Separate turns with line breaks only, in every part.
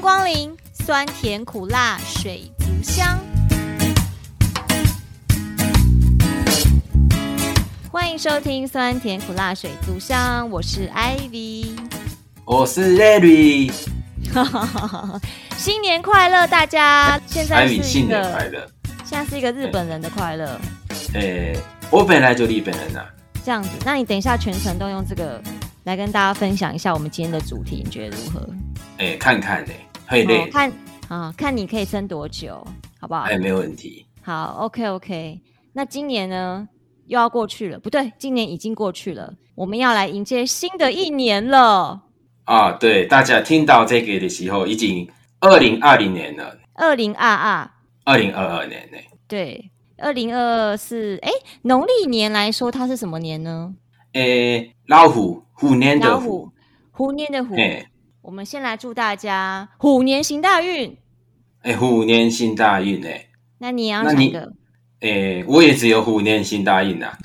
光临，酸甜苦辣水族箱。欢迎收听酸甜苦辣水族箱，我是 Ivy。
我是 Larry，
新年快乐，大家！现在
艾
是
米
一
新年快
个，
乐。
现在是一个日本人的快乐，
诶、我本来就日本人啊，
这样子。那你等一下全程都用这个来跟大家分享一下我们今天的主题，你觉得如何？
诶、看看嘞、会
哦
累，
看啊，看你可以撑多久，好不好
哎、？没有问题。
好，OK OK。那今年呢，又要过去了，不对，今年已经过去了，我们要来迎接新的一年了，
啊，对，大家听到这个的时候，已经二零二零年了，
二零二二。
二零二二年呢、
对，二零二二是哎，农历年来说它是什么年呢？
诶、老虎虎年的
老
虎，，
虎年的虎。
诶
我们先来祝大家虎年行大运。
诶、虎年行大运呢、
那你也要
那
想
你
个
诶、我也只有虎年行大运啊。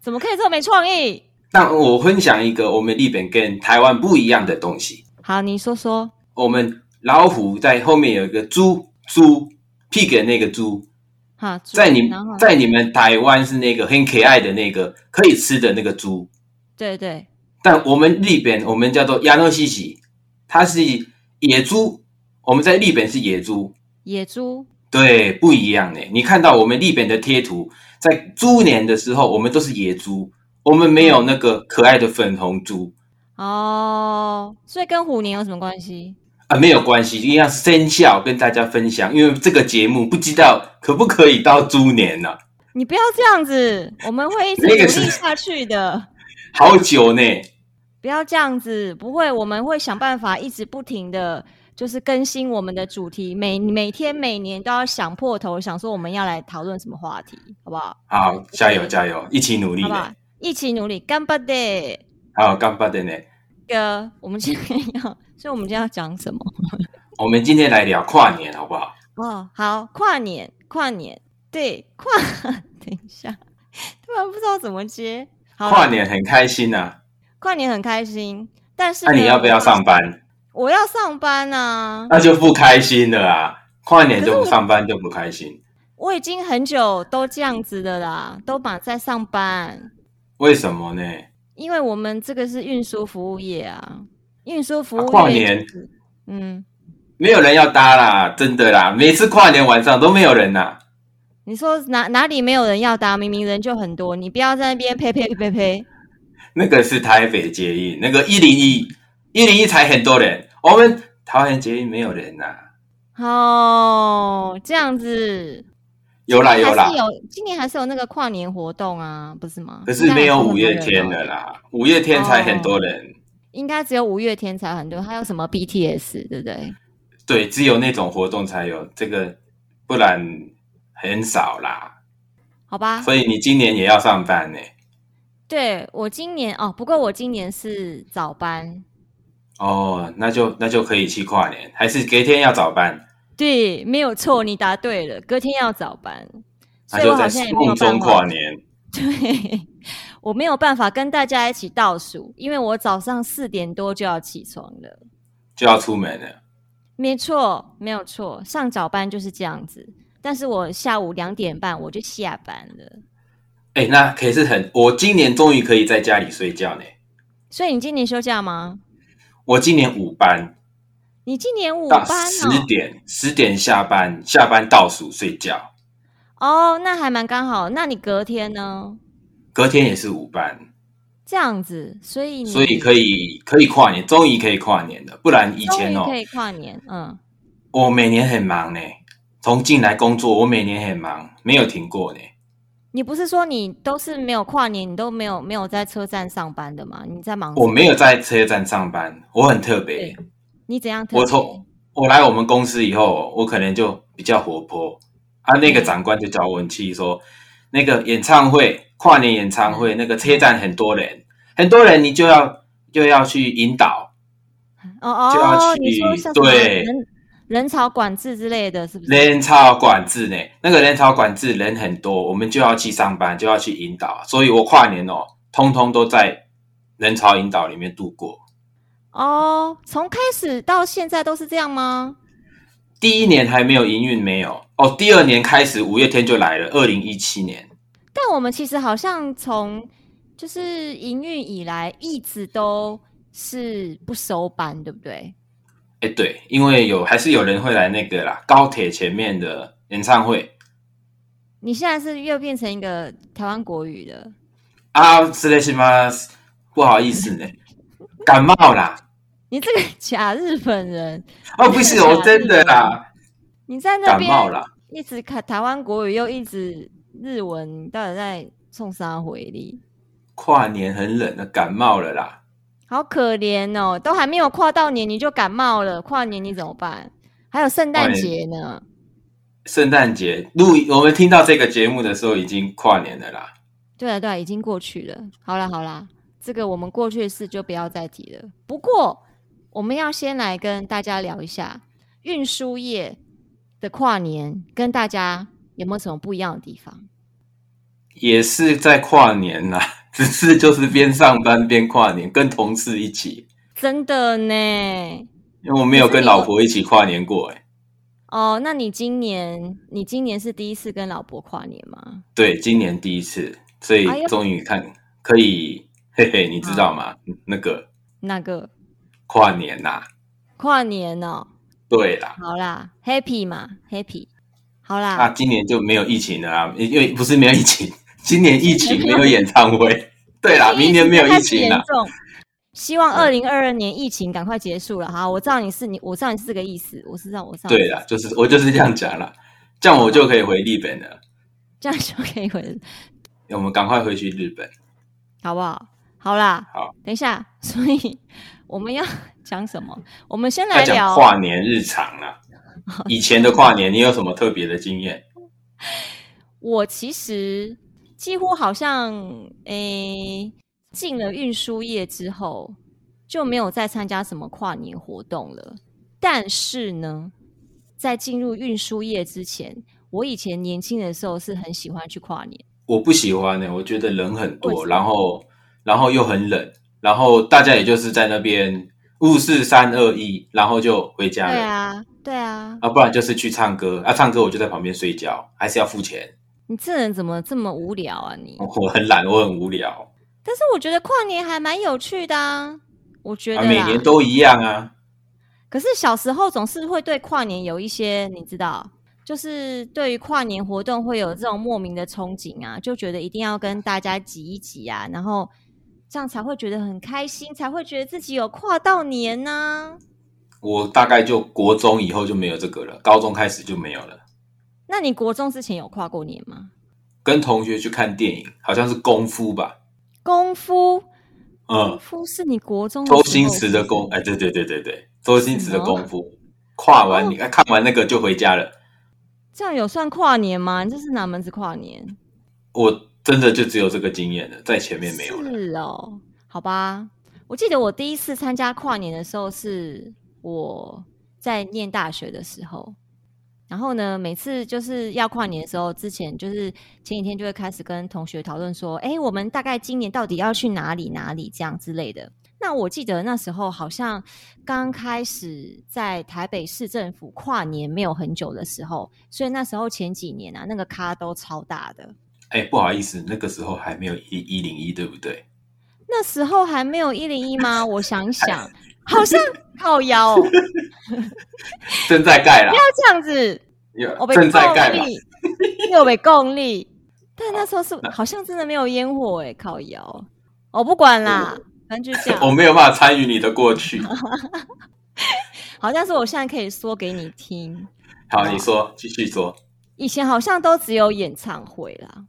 怎么可以这么没创意？
但我分享一个我们日本跟台湾不一样的东西，
好，你说说。
我们老虎在后面有一个猪猪 pig 那个猪，
哈，猪
在你
然后
在你们台湾是那个很可爱的那个可以吃的那个猪，
对对
但我们日本我们叫做亚诺西西，它是野猪，我们在日本是野猪，
野猪
对，不一样呢。你看到我们日本的贴图，在猪年的时候，我们都是野猪，我们
嗯
没有那个可爱的粉红猪
哦，所以跟虎年有什么关系？
啊，没有关系，一样是生肖跟大家分享，因为这个节目不知道可不可以到猪年呢、
你不要这样子，我们会一直努
那个
力
是
下去的。
好久呢，
不要这样子，不会，我们会想办法一直不停的，就是更新我们的主题，每每天每年都要想破头，想说我们要来讨论什么话题，好不好？
好，加油加油，一起努力
好不
呢
好。？一起努力，干巴的。
好，干巴的呢。
那个，我们今天要，所以我们今天要讲什么？
我们今天来聊跨年，好不好？
哦，好，跨年，跨年，对，跨， 等一下，突然不知道怎么接。好啦
跨，年很开心呐、啊，
跨年很开心，但是
那、
呢
你要不要上？班？
我要上班啊。
那就不开心了啊！跨年就
可
不
是我
上班就不开心，
我已经很久都这样子的啦，都满在上班，
为什么呢？
因为我们这个是运输服务业啊，运输服务业、
啊跨年，
嗯，
没有人要搭啦，真的啦！每次跨年晚上都没有人啦。
你说哪哪里没有人要搭？明明人就很多，你不要在那边呸呸呸呸呸，
那个是台北捷运，那个一零一，一零一才很多人，我们桃园捷运没有人呐、
哦，这样子，
有啦有哎啦
还是，有今年还是有那个跨年活动啊，不是吗？
可是没有五月
应该还是有
天
很多人吧，
的啦，五月天才很多
哦
人。
应该只有五月天才很多，还有什么 BTS 对不对？
对，只有那种活动才有这个，不然很少啦。
好吧，
所以你今年也要上班呢、
对我今年哦，不过我今年是早班，
哦，那就那就可以去跨年，还是隔天要早班，
对，没有错，你答对了。隔天要早班，所
那
以我
就在
好像也没有
梦中
办
跨
法。
年。
对，我没有办法跟大家一起倒数，因为我早上四点多就要起床了。
就要出门了。
没错，没有错，上早班就是这样子。但是我下午两点半我就下班了，
哎、那可是很，我今年终于可以在家里睡觉呢。
所以你今年休假吗？
我今年五班
你今年五
到
班哦
十点，十点下班，下班倒数睡觉，
哦？哦，那还蛮刚好。那你隔天呢？
隔天也是五班，
这样子，所以你
所以可以可以跨年，终于可以跨年了。不然以
终
前
于
哦
可，以跨年，嗯。
我每年很忙呢，从进来工作，我每年很忙，没有停过呢。
你不是说你都是没有跨年，你都没有没有在车站上班的吗？你在忙什么？
我没有在车站上班，我很特别
哦对。你怎样特别？
我从我来我们公司以后，哦我可能就比较活泼啊。那个
嗯
长官就叫我去说，那个演唱会、跨年演
嗯
唱会，那个车站很多人，很多人你就要就要去引导
哦
就要
哦，
去
你说像什么
对
人人潮管制之类的，是不是？
人潮管制呢。那个人潮管制人很多，我们就要去上班，就要去引啊导。所以我跨年哦，通通都在人潮引导里面度过。
哦，从开始到现在都是这样吗？
第一年还没有营运，没有哦。第二年开始，五月天就来了，二零一七年。
但我们其实好像从就是营运以来一直都是不收班，对不对？
哎，对，因为有还是有人会来那个啦，高铁前面的演唱会
你现在是又变成一个台湾国语的，
啊，失礼します，不好意思呢，感冒啦。
你这个 假日本人，
哦，不是，我真的啦，
你在那
感
边
冒啦。
一直看台湾国语，又一直日文，你到底在冲啥回力？
跨年很冷的，感冒了啦。
好可怜哦，都还没有跨到年你就感冒了，跨年你怎么办？还有圣
跨
诞
年
节呢，
圣诞节录，我们听到这个节目的时候已经跨年了啦。
对啊，对啊，已经过去了。好啦，好啦，这个我们过去的事就不要再提了。不过，我们要先来跟大家聊一下运输业的跨年，跟大家有没有什么不一样的地方？
也是在跨年啦， 只是就是边上班边跨年，跟同事一起，
真的呢？
因为我没有
可是
跟
你
老婆一起跨年过、欸，
哦，那你今年你今年是第一次跟老婆跨年吗？
对，今年第一次，所以
哎呦
终于看可以， 嘿嘿，你知道吗？那个
那个
跨年啦、
跨年哦，
对啦，
好啦，happy 嘛，happy，好啦，
那、今年就没有疫情了啊，因为不是没有疫情， 今年疫情没有演唱会，对啦，明年没有疫情
了
啦，。
希望二
嗯
零二二年疫情赶快结束了哈！我知道你是你，我知道你是这个意思，我是知道，我知道。
对，啦，就是我就是这样讲啦，这样我就可以回日本了，
这样就可以回了，
我们赶快回去日本。
好不好？好啦，
好，
等一下，所以我们要 讲什么？我们先
要
来
讲
聊
跨年日常 啦、以前的跨年，你有什么特别的经验？
我其实几乎好像诶、进了运输业之后就没有再参加什么跨年活动了。但是呢，在进入运输业之前，我以前年轻的时候是很喜欢去跨年。
我不喜欢呢、我觉得人很
为什
多，
么
然后然后又很冷，然后大家也就是在那边五四三二一，然后就回家了。
对啊，对啊，
啊，不然就是去唱歌啊，唱歌我就在旁边睡觉，还是要付钱。
你这人怎么这么无聊啊你？
我很懒，我很无聊
但是我觉得跨年还蛮有趣的啊，我觉
啊，
得
每
啦
年都一样啊。
可是小时候总是会对跨年有一些，你知道，就是对于跨年活动会有这种莫名的憧憬啊，就觉得一定要跟大家挤一挤啊，然后这样才会觉得很开心，才会觉得自己有跨到年啊呢、
我大概就国中以后就没有这个了，高中开始就没有了。
那你国中之前有跨过年吗？
跟同学去看电影，好像是功夫吧？
功夫，功
嗯，
夫是你国中的时候
周星驰的功，哎，对对对对对，周星驰的功夫，跨完
哦
你、哎看完那个就回家了。
这样有算跨年吗？你这是哪门子跨年？
我真的就只有这个经验了，在前面没有了。
是哦，好吧。我记得我第一次参加跨年的时候是我在念大学的时候，然后呢，每次就是要跨年的时候，之前就是前几天就会开始跟同学讨论说，哎，我们大概今年到底要去哪里哪里这样之类的。那我记得那时候好像刚开始在台北市政府跨年没有很久的时候，所以那时候前几年啊，那个咖都超大的。
哎，不好意思，那个时候还没有一一零一，对不对？
那时候还没有一零一吗？我想一想，好像靠腰、哦，不要
正在盖啦，
这样子，我被
正在盖
共
吧。
力， 又被共力。但那时候是好像真的没有烟火哎、靠腰，我、不管啦，反正就这
我
样。
没有办法参与你的过去。
好像是我现在可以说给你听，
好，你说，继续说。
以前好像都只有演唱会啦。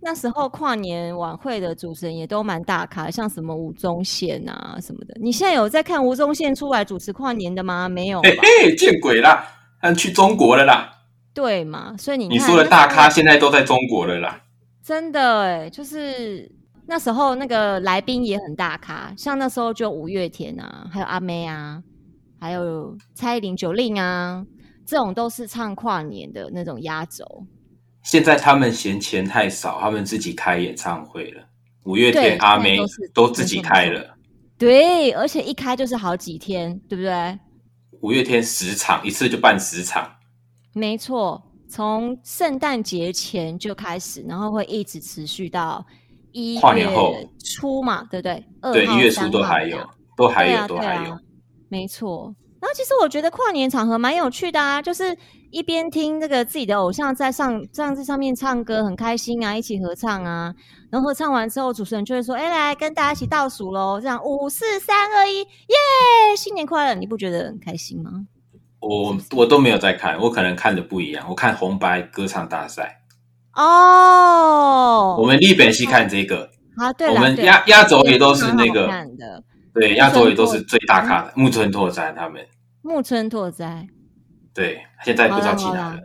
那时候跨年晚会的主持人也都蛮大咖，像什么吴宗宪啊什么的。你现在有在看吴宗宪出来主持跨年的吗？没有吧
嘿？嘿，见鬼啦！他去中国了啦！
对嘛？所以你
你
看
说的
那
大
时候
咖现在都在中国了啦。
真的哎，就是那时候那个来宾也很大咖，像那时候就五月天啊，还有阿妹啊，还有蔡依林、九令啊，这种都是唱跨年的那种压轴。
现在他们嫌钱太少，他们自己开演唱会了。五月
对
天、阿
现
妹
在都是
都自己开
没
了，
对，而且一开就是好几天，对不对？
五月天十场，一次就办十场，
没错，从圣诞节前就开始，然后会一直持续到一
跨年后
初嘛，对不对？2
对，
号
一月初都
3号
还
这
有
样，
都还有，
对啊
都
对
还
啊
有。
没错。然后其实我觉得跨年场合蛮有趣的啊，就是一边听那个自己的偶像在上上这上面唱歌，很开心啊，一起合唱啊。然后合唱完之后，主持人就会说：“哎，来跟大家一起倒数喽！”这样五四三二一，耶！新年快乐！你不觉得很开心吗？
我我都没有在看，我可能看的不一样。我看红白歌唱大赛，
哦，
我们立本系看这个，
啊，对
我
了，
们
对
压
啦
压轴也都是那
蛮好
个，
看的
对，压轴也都是最大咖的木村拓哉他们。
木村拓哉。
对，现在不知道去
好啦
哪
好啦
了，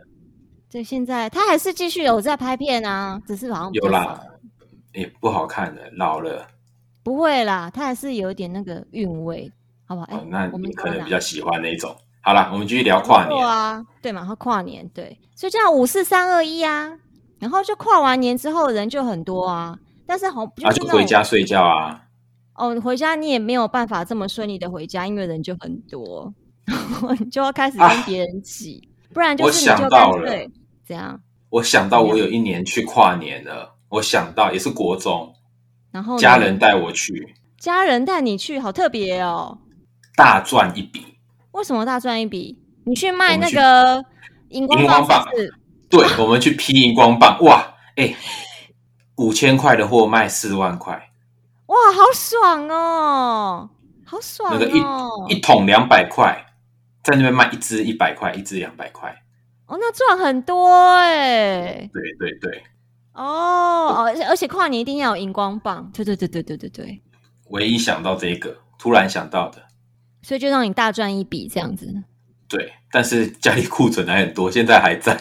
对，现在他还是继续有在拍片啊，只是好像比较
有啦
少
也不好看了，老了。
不会啦，他还是有一点那个韵味，好不好？哎、
哦，那
我们
你
讲
可能
到
比
哪
较喜欢那一种。好啦，我们继续聊跨
跨
年。
啊，对嘛？他跨年，对，所以这样五四三二一啊，然后就跨完年之后人就很多啊，但是好
啊，
是
就
那
回
种
家睡觉啊。
哦，你回家你也没有办法这么顺利的回家，因为人就很多， 然后你就要开始跟
啊
别人挤，不然就
我
是你
想
就
到
干
了
脆怎样？
我想到我有
嗯
一年去跨年了，我想到也是国中，
然后呢
家人带我去，
家人带你去，好特别哦。
大赚一笔。
为什么大赚一笔？你去卖
我们
那
去
个荧光
荧
棒
光棒
是不是
对，我们去批荧光棒，哇，哎，五千块的货卖四万块，
哇，好爽哦，好爽哦！
那个一桶两百块，在那边卖一支一百块，一支两百块。
哦，那赚很多哎、
对对对，
哦哦，而且而且跨年一定要有荧光棒，对对对对对对对，
唯一想到这个，突然想到的。
所以就让你大赚一笔这样子，
对，但是家里库存还很多，现在还在。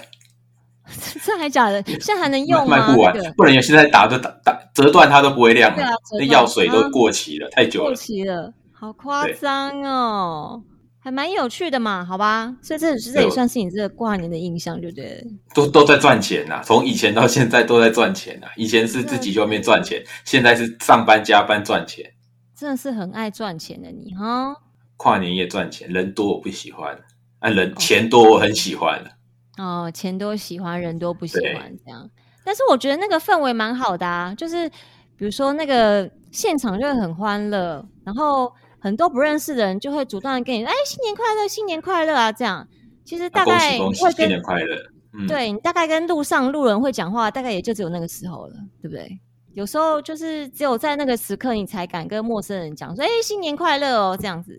这还假的？现在还能用吗？
卖卖不完，
那个
不然有现在打都打打折断它都不会亮
对
了
啊，折
那
断
药水都过期了，太久
过
了。
期了，好夸张哦，还蛮有趣的嘛，好吧？所以这只是这
对
也
我
算是你这个跨年的印象，对不对了？
都都在赚钱呐、从以前到现在都在赚钱呐、以前是自己去外面赚钱，现在是上班加班赚钱，
真的是很爱赚钱的你哈。
跨年夜赚钱，人多我不喜欢，啊人钱多我很喜欢，
哦，钱多喜欢，人多不喜
对
欢这样。但是我觉得那个氛围蛮好的啊，就是比如说那个现场就会很欢乐，然后很多不认识的人就会主动的跟你哎新年快乐，新年快乐啊这样。其实
啊
大
恭
概
喜恭喜
会，
新
跟、
年快乐。嗯，，
对你大概跟路上路人会讲话，大概也就只有那个时候了，对不对？有时候就是只有在那个时刻，你才敢跟陌生人讲说哎新年快乐哦这样子，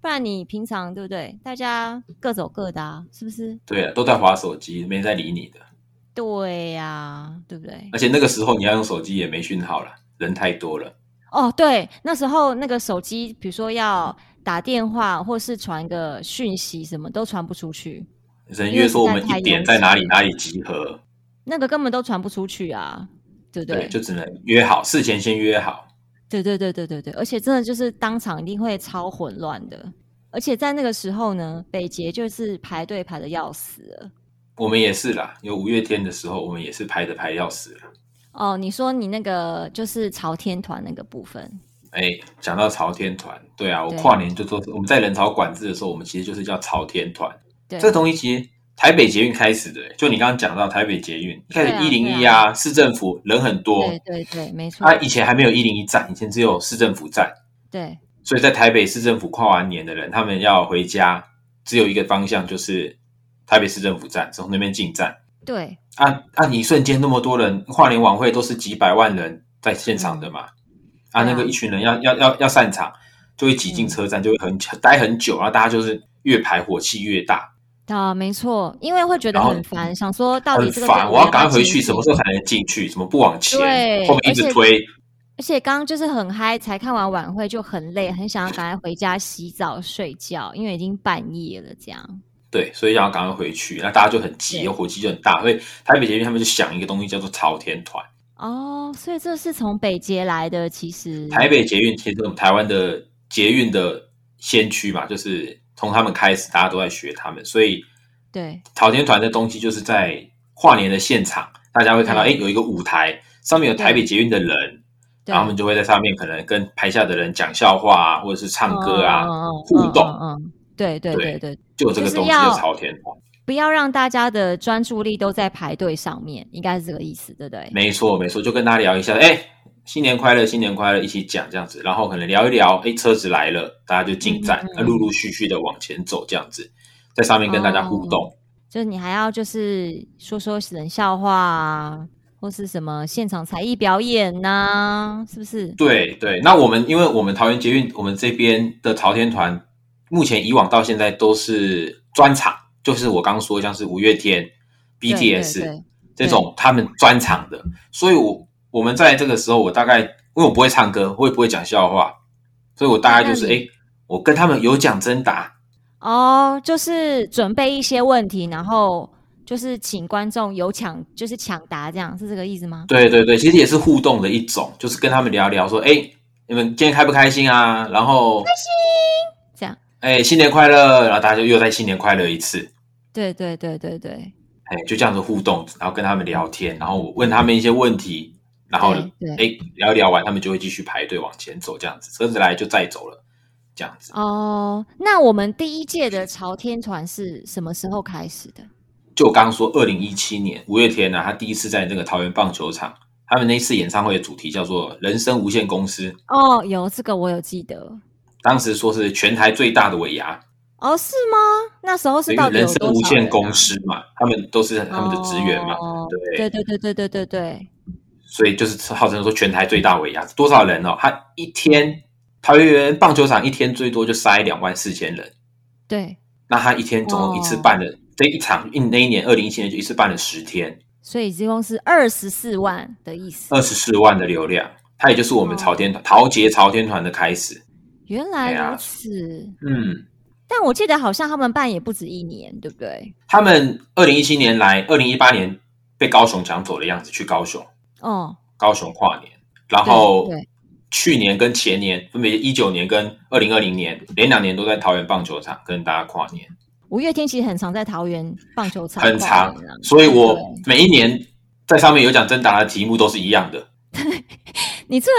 不然你平常对不对？大家各走各的、啊，是不是？
对啊，都在划手机，没人在理你的。
对啊呀、对不对？
而且那个时候你要用手机也没讯号了，人太多了。
哦，对，那时候那个手机，比如说要打电话或是传个讯息，什么都传不出去，
人
因为
约说我们
实在太
一点
拥
在哪
挤
里哪里集合，
那个根本都传不出去啊，对不
对，
对？
就只能约好，事前先约好。
对对对对对对，而且真的就是当场一定会超混乱的，而且在那个时候呢，北捷就是排队排的要死了。
我们也是啦，有五月天的时候，我们也是排的排要死了。
哦，你说你那个就是朝天团那个部分，
哎，讲到朝天团，对啊，我
对
跨年就说我们在人潮管制的时候，我们其实就是叫朝天团。
对，
这东西其实台北捷运开始的，欸就你刚刚讲到台北捷运一开
对
始
啊
一零一
对
啊，市政府人很多，
对对对，没错，
它以前还没有一零一站，以前只有市政府站，
对
所以在台北市政府跨完年的人，他们要回家，只有一个方向就是台北市政府站，从那边进站。
对
啊啊！你瞬间那么多人，跨年晚会都是几百万人在现场的嘛？
对啊
啊，
嗯
那个一群人要要要要散场，就会挤进车站，就会很待很久，然后大家就是越排火气越大，
啊，没错，因为会觉得
然后
很烦，想说到底
很
这个
烦。
队伍
我要赶快回
结
去，
束
什么时候才能进去？什么不往前
对，
后面一直推，
而且刚刚就是很嗨，才看完晚会就很累，很想要赶快回家洗澡睡觉，因为已经半夜了。这样
对，所以想要赶快回去，那大家就很急，
对
火气就很大。所以台北捷运他们就想一个东西叫做朝天团。
哦，所以这是从北捷来的，其实
台北捷运其实我们台湾的捷运的先驱嘛，就是从他们开始，大家都在学他们，所以。
对
朝天团的东西就是在跨年的现场，大家会看到，
嗯
哎、有一个舞台，上面有台北捷运的人，
对
然后他们就会在上面可能跟台下的人讲笑话啊，或者是唱歌啊，
嗯嗯嗯
互动
嗯嗯嗯对对对
对
对，
就有这个东西
就是要
就朝天堂。
不要让大家的专注力都在排队上面，应该是这个意思，对不对？
没错，没错，就跟大家聊一下，哎、新年快乐，新年快乐，一起讲这样子，然后可能聊一聊，哎、车子来了，大家就进站
嗯嗯，嗯
那陆陆续续的往前走这样子，在上面跟大家互
哦
动。
就是你还要就是说说冷笑话啊，或是什么现场才艺表演呐、是不是？
对对，那我们因为我们桃园捷运，我们这边的朝天团，目前以往到现在都是专场，就是我刚说像是五月天、
对
BTS
对对
这种他们专场的，所以我我们在这个时候，我大概因为我不会唱歌，我也不会讲笑话，所以我大概就是
那
哎、
你
诶我跟他们有奖征答，
哦，就是准备一些问题，然后就是请观众有抢，就是抢答这样，是这个意思吗？
对对对，其实也是互动的一种，就是跟他们聊聊说，哎、你们今天开不开心啊？然后
这样，
哎、新年快乐，然后大家就又再新年快乐一次。
对对对对对，
哎，就这样子互动，然后跟他们聊天，然后我问他们一些问题，然后
对对
哎聊一聊完，他们就会继续排队往前走，这样子车子来就再走了，这样子
哦，那我们第一届的朝天团是什么时候开始的？
就我刚刚说，二零一七年五月天呢、他第一次在那个桃园棒球场，他们那一次演唱会的主题叫做“人生无限公司
哦，有这个我有记得。”，
当时说是全台最大的尾牙，
哦，是吗？那时候是
因
到
为
底
人
有多
生
少
无限
人
公
啊
司嘛，他们都是他们的职员嘛，
哦
对
对对对对对对对，
所以就是号称说全台最大尾牙，多少人哦？他一天桃园棒球场一天最多就塞两万四千人，
对，
那他一天总共一
哦
次办了、这一场，一那一年二零一七年就一次办了十天，
所以一共是二十四万的意思。
二十四万的流量，它也就是我们
哦
朝天团、桃捷朝天团的开始。
原
对
来
啊
如此，
嗯，
但我记得好像他们办也不止一年，对不对？
他们二零一七年来，二零一八年被高雄抢走的样子，去高雄，
哦，
高雄跨年，然
对
后
对，
去年跟前年分别一九年跟二零二零年，连两年都在桃园棒球场跟大家跨年。
五月天其实很常在桃园棒球场，啊
很长，所以我每一年在上面有奖征答的题目都是一样的，
你这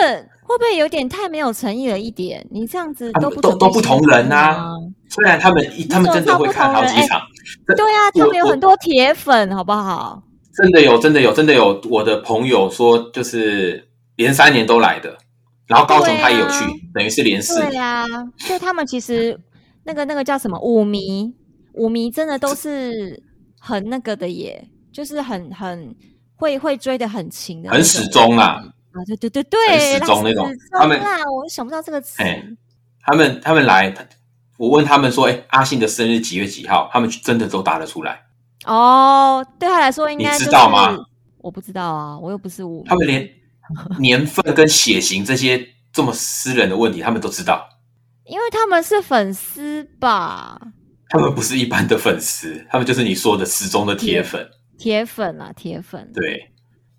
会不会有点太没有诚意了一点？你这样子
他
都
们
不
都
准备啊
都不
新
同
闻
人啊呐
吗
虽然他们一他们真的会看好几场，
对啊，
我
他们有
我
很多铁粉，好不好？
真的有真的有真的有我的朋友说就是连三年都来的，然后高雄他也有去，
对啊
等于是连四
对
年。
呀、所以他们其实那个那个叫什么舞迷，舞迷真的都是很那个的耶，就是很很会会追的很勤的那种，
很始终啦
啊，对对对对，
很始终那种
始终
他们
啦，我想不到这个词，
哎他们他们来，他我问他们说，哎，阿信的生日几月几号？他们真的都答得出来，
哦，对他来说应该、就是、
你知道吗？
我不知道啊，我又不是舞迷
他们连年份跟血型这些这么私人的问题，他们都知道。
因为他们是粉丝吧，
他们不是一般的粉丝，他们就是你说的失踪的铁粉。
铁粉啦，铁粉，，
对，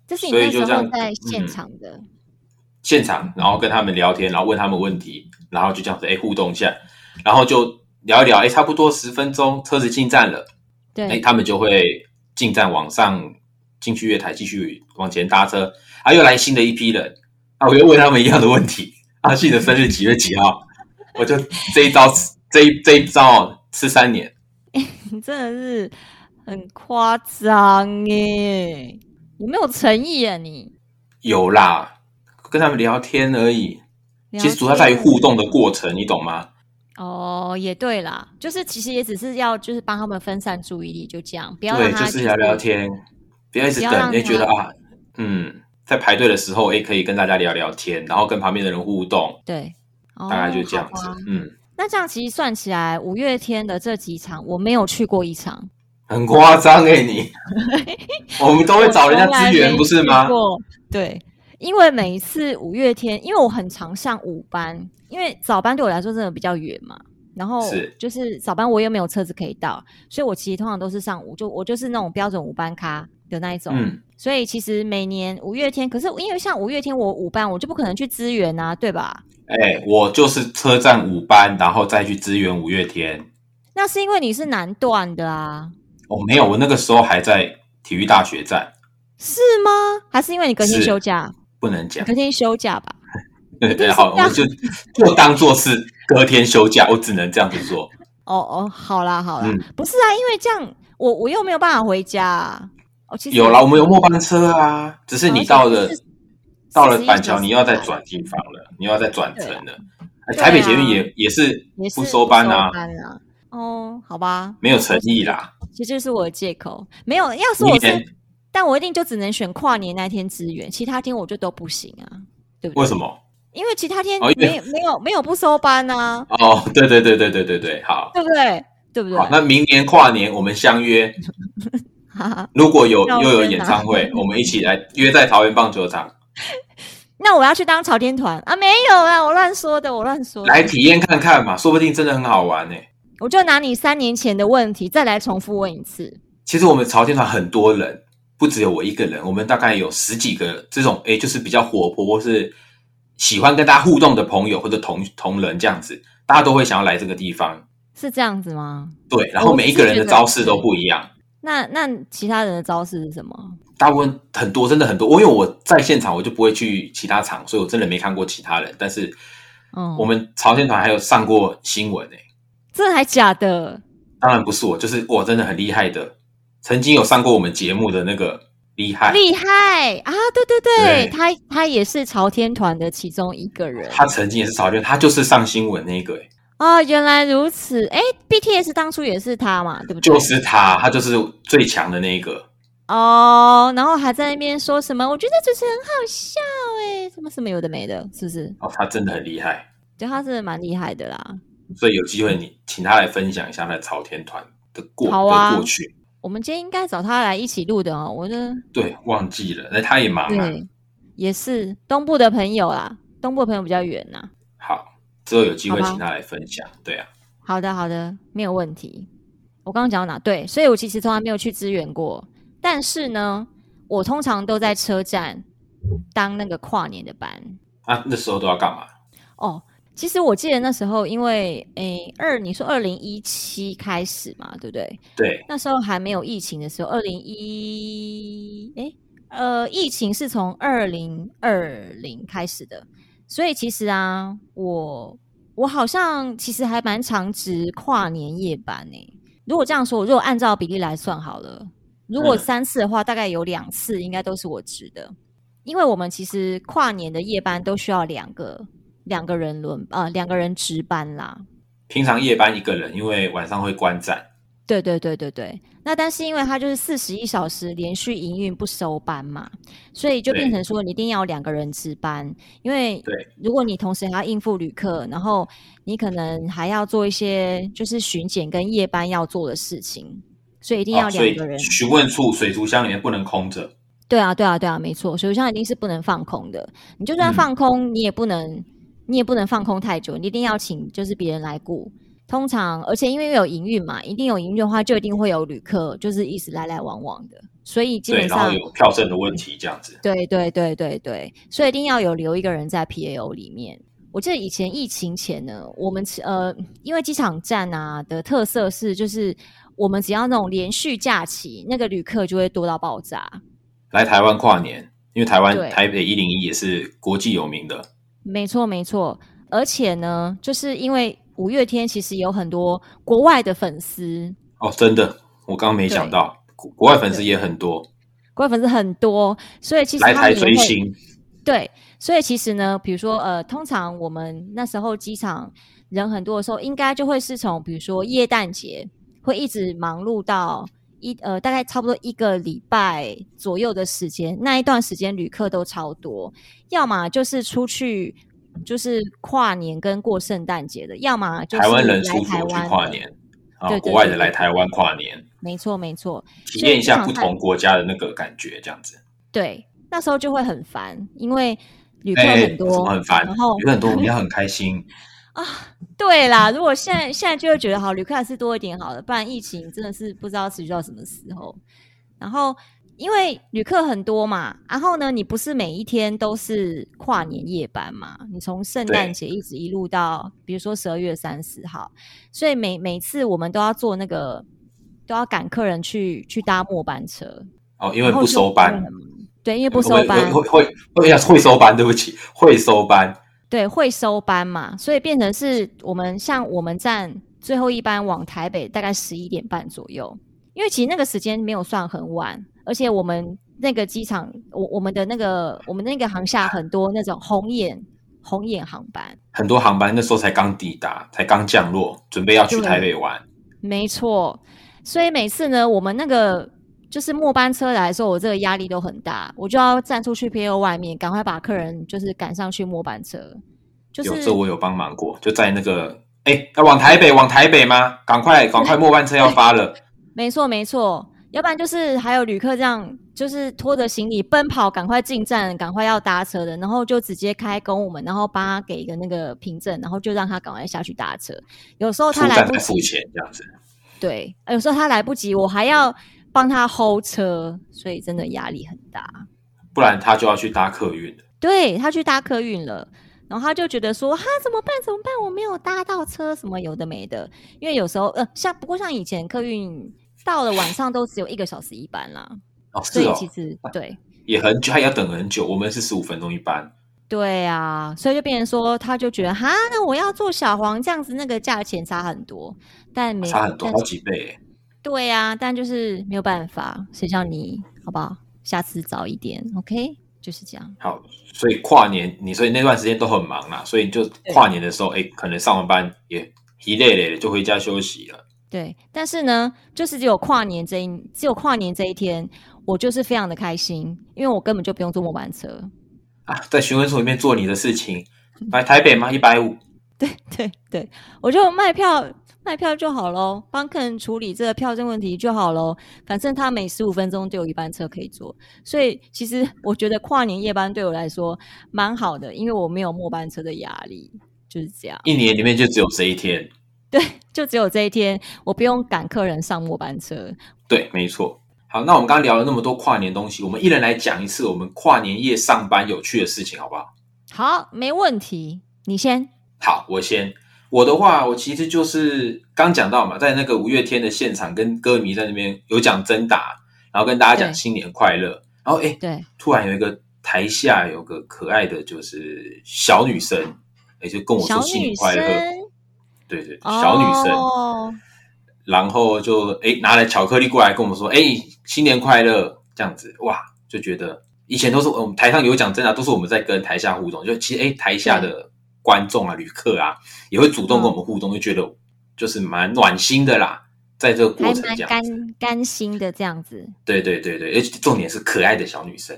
这是你
所以
那时
就这
候
样
在现
嗯
场的，
现场，然后跟他们聊天，然后问他们问题，然后就这样子哎互动一下，然后就聊一聊，哎，差不多十分钟，车子进站了，
对，
哎，他们就会进站往上进去月台，继续往前搭车，啊，又来新的一批人，啊，我又问他们一样的问题，阿信的生日几月几号？我就这一招，这一这一招吃三年。
你真的是很夸张耶！有没有诚意啊你？
有啦，跟他们聊天而已，其实主要在于互动的过程，你懂吗？
哦，也对啦，就是其实也只是要就是帮他们分散注意力，就这样，不要让
对，
他
就是聊聊，天，不要一直
不要
等，
让
哎，觉得
他
啊，嗯，在排队的时候，哎，可以跟大家聊聊天，然后跟旁边的人互动，
对，哦
大概就这样
好
子
吧。
嗯，
那这样其实算起来，五月天的这几场我没有去过一场，
很夸张哎， 你，我们都会找人家
我从来
资源，
没
不是
去
吗？
过对，因为每一次五月天，因为我很常上午班，因为早班对我来说真的比较远嘛。然后
是
就是早班我又没有车子可以到，所以我其实通常都是上午，就我就是那种标准午班咖的那一种。
嗯，
所以其实每年五月天，可是因为像五月天我午班，我就不可能去支援啊，对吧？
哎，我就是车站五班，然后再去支援五月天。
那是因为你是南段的啊，
哦，没有，我那个时候还在体育大学站，
是吗？还是因为你隔天
是
休假？
不不能讲。
隔天休假吧。
对
定
对，
是
好，
这
我
样
就就当做是隔天休假，我只能这样子做。
哦哦，好啦好啦，
嗯
不是啊，因为这样我我又没有办法回家、啊。哦，其实
有啦，我们有末班车啊，只
哦
是你到了
是
到了板桥，
41
你又要再转新房了，你又要再转乘了。哎
对啊
台北捷运也也是
也是
不收班
啊
啊，
啊。哦，好吧，
没有诚意啦。
其实这就是我的借口。没有，要是
你
我
连
是，但我一定就只能选跨年那天支援，其他天我就都不行啊，对不
为
对？
什么？
因为其他天
哦因为
没、没有没有不收班啊，
哦，对对对对对对对，好，
对不对？对不对？
好，那明年跨年我们相约，
哈哈，
如果有
要
又有
约
演
哪
唱会，我们一起来约在桃园棒球场
那我要去当朝天团啊？没有啊，我乱说的，我乱说的。
来体验看看嘛，说不定真的很好玩呢、
我就拿你三年前的问题再来重复问一次。
其实我们朝天团很多人，不只有我一个人，我们大概有十几个这种，诶，就是比较活泼或是喜欢跟大家互动的朋友或者同同人这样子，大家都会想要来这个地方。
是这样子吗？
对，然后每一个人的招式都不一样，
那那其他人的招式是什么？
大部分很多真的很多。我因为我在现场，我就不会去其他场，所以我真的没看过其他人。但是
嗯，
我们朝天团还有上过新闻诶、
真的还假的？
当然不是我，就是我真的很厉害的，曾经有上过我们节目的那个厉害，
厉害啊！对对对，
哎对
他他也是朝天团的其中一个人
他曾经也是朝天，他就是上新闻那个、诶欸
哦，原来如此。哎，BTS 当初也是他嘛，对不对？
就是他，他就是最强的那一个。
哦，然后还在那边说什么？我觉得主持人很好笑哎，什么什么有的没的，是不是？
哦，他真的很厉害，
对，他是蛮厉害的啦。
所以有机会你请他来分享一下他的朝天团的过、
好啊
的过去。
我们今天应该找他来一起录的哦，我觉得。
对，忘记了，那他也忙啊。
对，也是东部的朋友啦，东部的朋友比较远呐。
好，之后有机会
好吧
请他来分享。对啊，
好的，好的，没有问题。我刚刚讲到哪？对，所以我其实从来没有去支援过，但是呢，我通常都在车站当那个跨年的班。
啊，那时候都要干嘛？
哦，其实我记得那时候，因为诶二，你说二零一七开始嘛，对不对？
对，
那时候还没有疫情的时候，二零一诶呃，疫情是从二零二零开始的，所以其实啊，我我好像其实还蛮常值跨年夜班呢、如果这样说，我如果按照比例来算好了，如果
嗯
三次的话，大概有两次应该都是我值的，因为我们其实跨年的夜班都需要两个两个人轮呃两个人值班啦。
平常夜班一个人，因为晚上会观战。
对对对对对，那但是因为它就是四十一小时连续营运不收班嘛，所以就变
对
成说你一定要有两个人值班，因为
对
如果你同时还要应付旅客，然后你可能还要做一些就是巡检跟夜班要做的事情，所以一定要
啊，所
两
以
个人。
询问处、水族箱里面不能空着。
对啊对啊对啊，没错，手上一定是不能放空的，你就算
嗯
放空，你也不能你也不能放空太久，你一定要请就是别人来顾。通常，而且因为有营运嘛，一定有营运的话，就一定会有旅客，就是一直来来往往的，所以基
对，
本
然后
上
有票证的问题这样子。
对对对对对，所以一定要有留一个人在 PAO 里面。我记得以前疫情前呢，我们其呃，因为机场站啊的特色是，就是我们只要那种连续假期，那个旅客就会多到爆炸。
来台湾跨年，因为台
对
湾台北一零一也是国际有名的。
没错，没错。而且呢，就是因为五月天其实有很多国外的粉丝，
哦，真的，我刚刚没想到，国国外粉丝也很多，
国外粉丝很多，所以其实
来
他们
台
也会
追星。
对，所以其实呢，比如说呃，通常我们那时候机场人很多的时候，应该就会是从比如说耶诞节会一直忙碌到一呃大概差不多一个礼拜左右的时间，那一段时间旅客都超多，要么就是出去。就是跨年跟过圣诞节的，要么就是
台湾人
来
出
台
国去
湾
跨
的，
年，啊，
对对
国外的
对
来台湾跨年，
没错没错，
体验一
所
下
以
不
机场
同国家的那个感觉，这样子。
对，那时候就会很烦，因为旅客
哎，
很
怎
多，
么很烦？
然后
有很多我们要很 开心，
对啦，如果现在现在就会觉得好，旅客还是多一点好了，不然疫情真的是不知道持续到什么时候。然后因为旅客很多嘛，然后呢，你不是每一天都是跨年夜班嘛？你从圣诞
对
节一直一路到，比如说十二月三十号，所以每每次我们都要做那个，都要赶客人去去搭末班车，
哦，因为
然后
不
就
收
会
班
很，忙。对，因为不收
会
班，
会会会要会收班，对不起， 会收班，
对，会收班嘛，所以变成是我们像我们站最后一班往台北，大概十一点半左右，因为其实那个时间没有算很晚，而且我们那个机场，我我们的那个我们那个航厦很多那种红眼红眼航班，
很多航班那时候才刚抵达，才刚降落，准备要去
对
台北玩。
没错，所以每次呢，我们那个就是末班车来的时候，我这个压力都很大，我就要站出去 PO 外面，赶快把客人就是赶上去末班车，就
有
是
这我有帮忙过，就在那个哎要往台北往台北吗？赶快赶快末班车要发了，
没错，没错。要不然就是还有旅客这样，就是拖着行李奔跑，赶快进站，赶快要搭车的，然后就直接开公务门，然后帮他给一个那个凭证，然后就让他赶快下去搭车。有时候
出
他来
站
不
再付
及，
钱这样子。
对，有时候他来不及，我还要帮他 hold 车，所以真的压力很大。
不然他就要去搭客运了。
对他去搭客运了，然后他就觉得说哈怎么办怎么办，我没有搭到车，什么有的没的。因为有时候呃，像不过像以前客运到了晚上都只有一个小时一班啦，
哦，是
所以
哦，
其实对
也很久，他也要等很久。我们是十五分钟一班，
对啊，所以就变成说，他就觉得哈，那我要做小黄这样子，那个价钱差很多，但没
差很多，
但
好
是
几倍。
对啊，但就是没有办法，谁叫你好不好？下次早一点，OK，就是这样。
好，所以跨年你所以那段时间都很忙啦，所以你就跨年的时候，哎，可能上完班也疲累累了，就回家休息了。
对，但是呢，就是只有跨年这一，只有跨年这一天，我就是非常的开心，因为我根本就不用坐末班车。
啊，在询问所里面做你的事情，来台北吗？一百五，
对对，我就卖票卖票就好喽，帮客人处理这个票证问题就好喽。反正他每十五分钟就有一班车可以坐，所以其实我觉得跨年夜班对我来说蛮好的，因为我没有末班车的压力，就是这样。
一年里面就只有这一天。
就只有这一天，我不用赶客人上末班车。
对，没错。好，那我们刚刚聊了那么多跨年东西，我们一人来讲一次我们跨年夜上班有趣的事情，好不好？
好，没问题，你先。
好，我先。我的话，我其实就是刚讲到嘛，在那个五月天的现场跟歌迷在那边有讲真打，然后跟大家讲
对
新年快乐。然后诶，
对
突然有一个台下有个可爱的就是小女生，也就跟我说
小
新年
女
快
生
乐，，对对，对小女生。
哦，
然后就诶拿了巧克力过来跟我们说，诶新年快乐这样子，哇，就觉得以前都是我们台上有讲真的、都是我们在跟台下互动，就其实诶台下的观众啊、旅客啊也会主动跟我们互动，就觉得就是蛮暖心的啦，在这个过
还
程
蛮
这样
甘
子，
甘心的这样子。
对对对对，而且重点是可爱的小女生，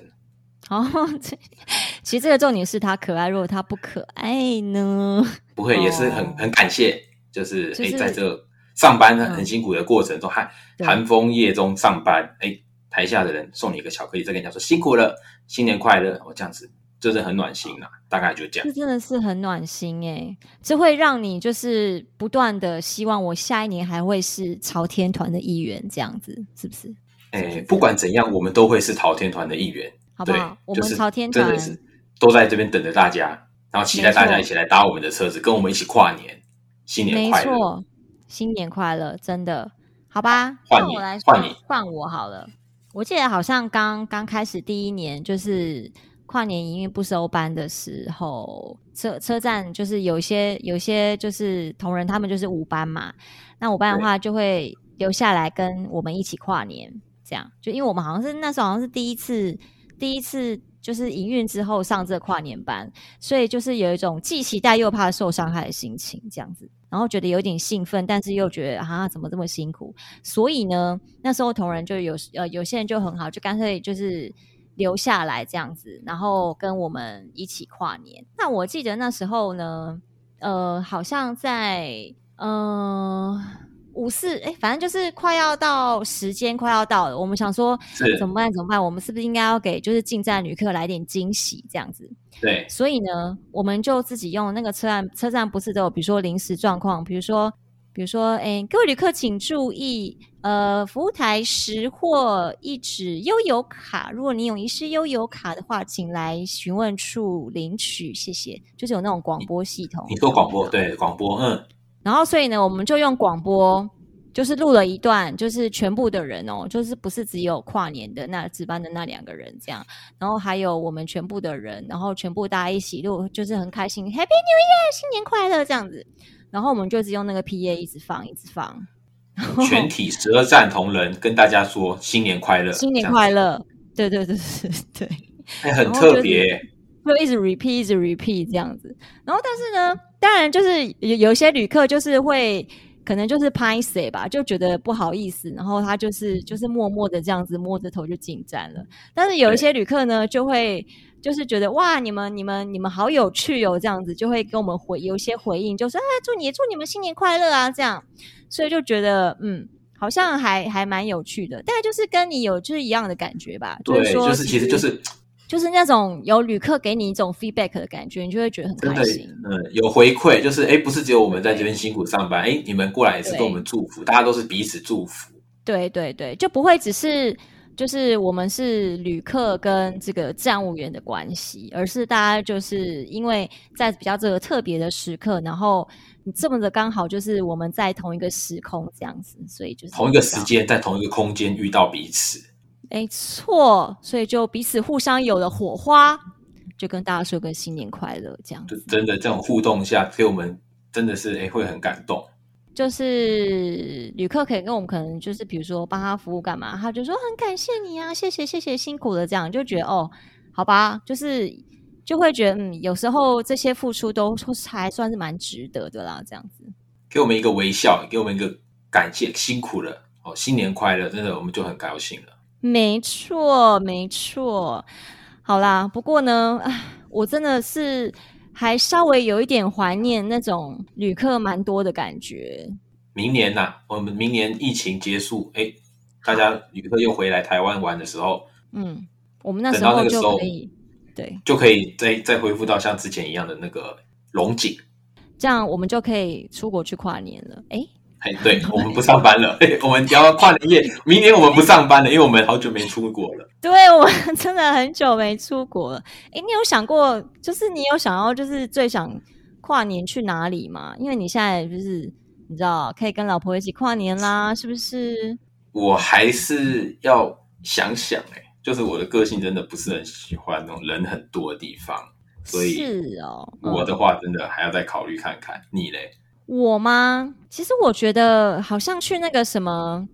哦，这 其实这个重点是他可爱，如果他不可爱呢？
不会
哦
也是很很感谢，就是
就是
诶在这个上班
嗯
很辛苦的过程中，寒
对
寒风夜中上班，哎，台下的人送你一个巧克力，再跟你讲说辛苦了，新年快乐，哦我这样子就是很暖心啦、大概就这样
这。真的是很暖心哎、这会让你就是不断的希望我下一年还会是朝天团的一员，这样子是不是？
哎，不管怎样，我们都会是朝天团的一员，
好不
对
好？，我
就
们
是
朝天
真
团
的是都在这边等着大家，然后期待大
没
家
错
一起来搭我们的车子，跟我们一起跨年，新年
没
快乐。
错，新年快乐，真的，好吧？
换
那
你
我来说，
换你
换我好了。我记得好像刚刚开始第一年，就是跨年营运不收班的时候，车车站就是有一些有一些就是同仁他们就是五班嘛，那五班的
对
话就会留下来跟我们一起跨年，这样就因为我们好像是那时候好像是第一次第一次就是营运之后上这个跨年班，所以就是有一种既期待又怕受伤害的心情，这样子，然后觉得有点兴奋，但是又觉得啊怎么这么辛苦，所以呢，那时候同仁就有呃有些人就很好，就干脆就是留下来这样子，然后跟我们一起跨年。那我记得那时候呢，呃，好像在呃五四哎，反正就是快要到时间快要到了，我们想说
是
怎么办怎么办？我们是不是应该要给就是进站旅客来点惊喜这样子？
对，
所以呢，我们就自己用那个车站，车站不是都有，比如说临时状况，比如说，比如说，哎，各位旅客请注意，呃，服务台识货一指悠游卡，如果你有遗失悠游卡的话，请来询问处领取，谢谢。就是有那种广播系统，
你说广播，对广播，嗯，
然后所以呢，我们就用广播，就是录了一段，就是全部的人哦，就是不是只有跨年的那值班的那两个人这样，然后还有我们全部的人，然后全部大家一起录，就是很开心，Happy New Year，新年快乐这样子。然后我们就是用那个 PA 一直放，一直放，
全体十二站同仁跟大家说新年快乐，
新年快乐，对对对对对，
这样，哎很
然后
特
就是
别、
就一直 repeat，一直 repeat 这样子。然后但是呢，当然就是有有一些旅客就是会。可能就是拍谁吧，就觉得不好意思，然后他就是就是默默的这样子摸着头就进站了。但是有一些旅客呢，就会就是觉得哇，你们你们你们好有趣哦，这样子就会跟我们回有一些回应，就说啊，祝你祝你们新年快乐啊，这样，所以就觉得嗯，好像还还蛮有趣的，大概就是跟你有就是一样的感觉吧，
对，
是说
就是其实就是
就是那种有旅客给你一种 feedback 的感觉，你就会觉得很
真
开
的，
心。
嗯，有回馈，就是哎，不是只有我们在这边辛苦上班，哎，你们过来也是
对
跟我们祝福，大家都是彼此祝福，
对对对，就不会只是就是我们是旅客跟这个站务员的关系，而是大家就是因为在比较这个特别的时刻，然后你这么的刚好就是我们在同一个时空这样子，所以就是
同一个
比较
时，间在同一个空间遇到彼此，
没错，所以就彼此互相有了火花，就跟大家说个新年快乐这样
就
子。
真的这种互动下，给我们真的是哎会很感动。
就是旅客可以跟我们可能就是比如说帮他服务干嘛，他就说很感谢你啊，谢谢谢谢辛苦了这样，就觉得哦，好吧，就是就会觉得嗯，有时候这些付出都还算是蛮值得的啦，这样子。
给我们一个微笑，给我们一个感谢，辛苦了哦，新年快乐，真的我们就很高兴了。
没错，没错。好啦，不过呢，唉我真的是还稍微有一点怀念那种旅客蛮多的感觉。
明年呐、我们明年疫情结束，哎，大家旅客又回来台湾玩的时候，
嗯，我们那
等
时
到那
候
个
就
时候
可以对。
就可以再再恢复到像之前一样的那个龙井。
这样我们就可以出国去跨年了。诶，
哎，对我 们不上班了， 嘿我们要跨年夜，明年我们不上班了，因为我们好久没出国了。
对我们真的很久没出国了。诶，你有想过，就是你有想要，就是最想跨年去哪里吗？因为你现在就是你知道，可以跟老婆一起跨年啦，是不是？
我还是要想想、哎，就是我的个性真的不是很喜欢那种人很多的地方，所以
是哦，嗯
我的话真的还要再考虑看看。你嘞？
我吗？其实我觉得好像去那个什么，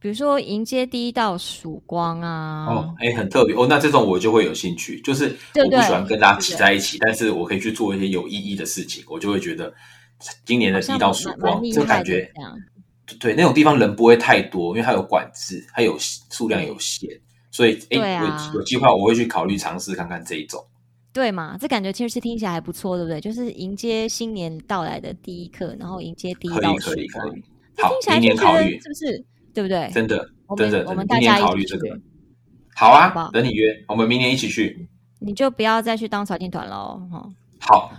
比如说迎接第一道曙光啊，
哦，哎、很特别哦。那这种我就会有兴趣，就是
对
我不
对
喜欢跟大家挤
对
在一起，但是我可以去做一些有意义的事情，我就会觉得今年的
好
第
像
一道曙
蛮蛮
光，
厉
这
害
感
的
觉
这样。
对那种地方人不会太多，因为它有管制，它有数量有限，所以哎、
对啊
有有计划我会去考虑尝试看看这一种。
对嘛？这感觉其实听起来还不错，对不对？就是迎接新年到来的第一刻，然后迎接第一
可以
道曙
可以
光
可以，
这
好
听，起来
明
就
年
觉
考
得
虑，
是不是？对不对？
真的
我
真
们
的
我
真
们
的，
大
明
家
年
一
考
起
虑
去
这个。好
好不好
啊，等你约，我们明年一起去。
你就不要再去当草甸团喽。哈，
好，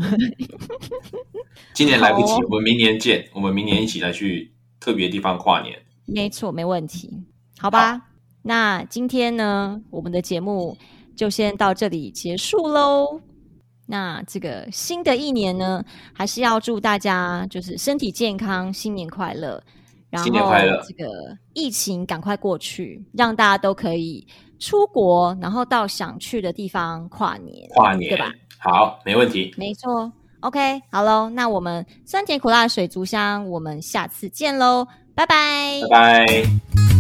今年来不及
好哦，
我们明年见。我们明年一起来去特别地方跨年。
没错，没问题，好吧？那今天呢，我们的节目就先到这里结束喽。那这个新的一年呢，还是要祝大家就是身体健康，新年快乐。然后
新年快乐
这个疫情赶快过去，让大家都可以出国，然后到想去的地方跨年。
跨年
对吧
好，没问题，
没错，OK，好喽，那我们酸甜苦辣水族箱，我们下次见喽，拜拜
拜拜。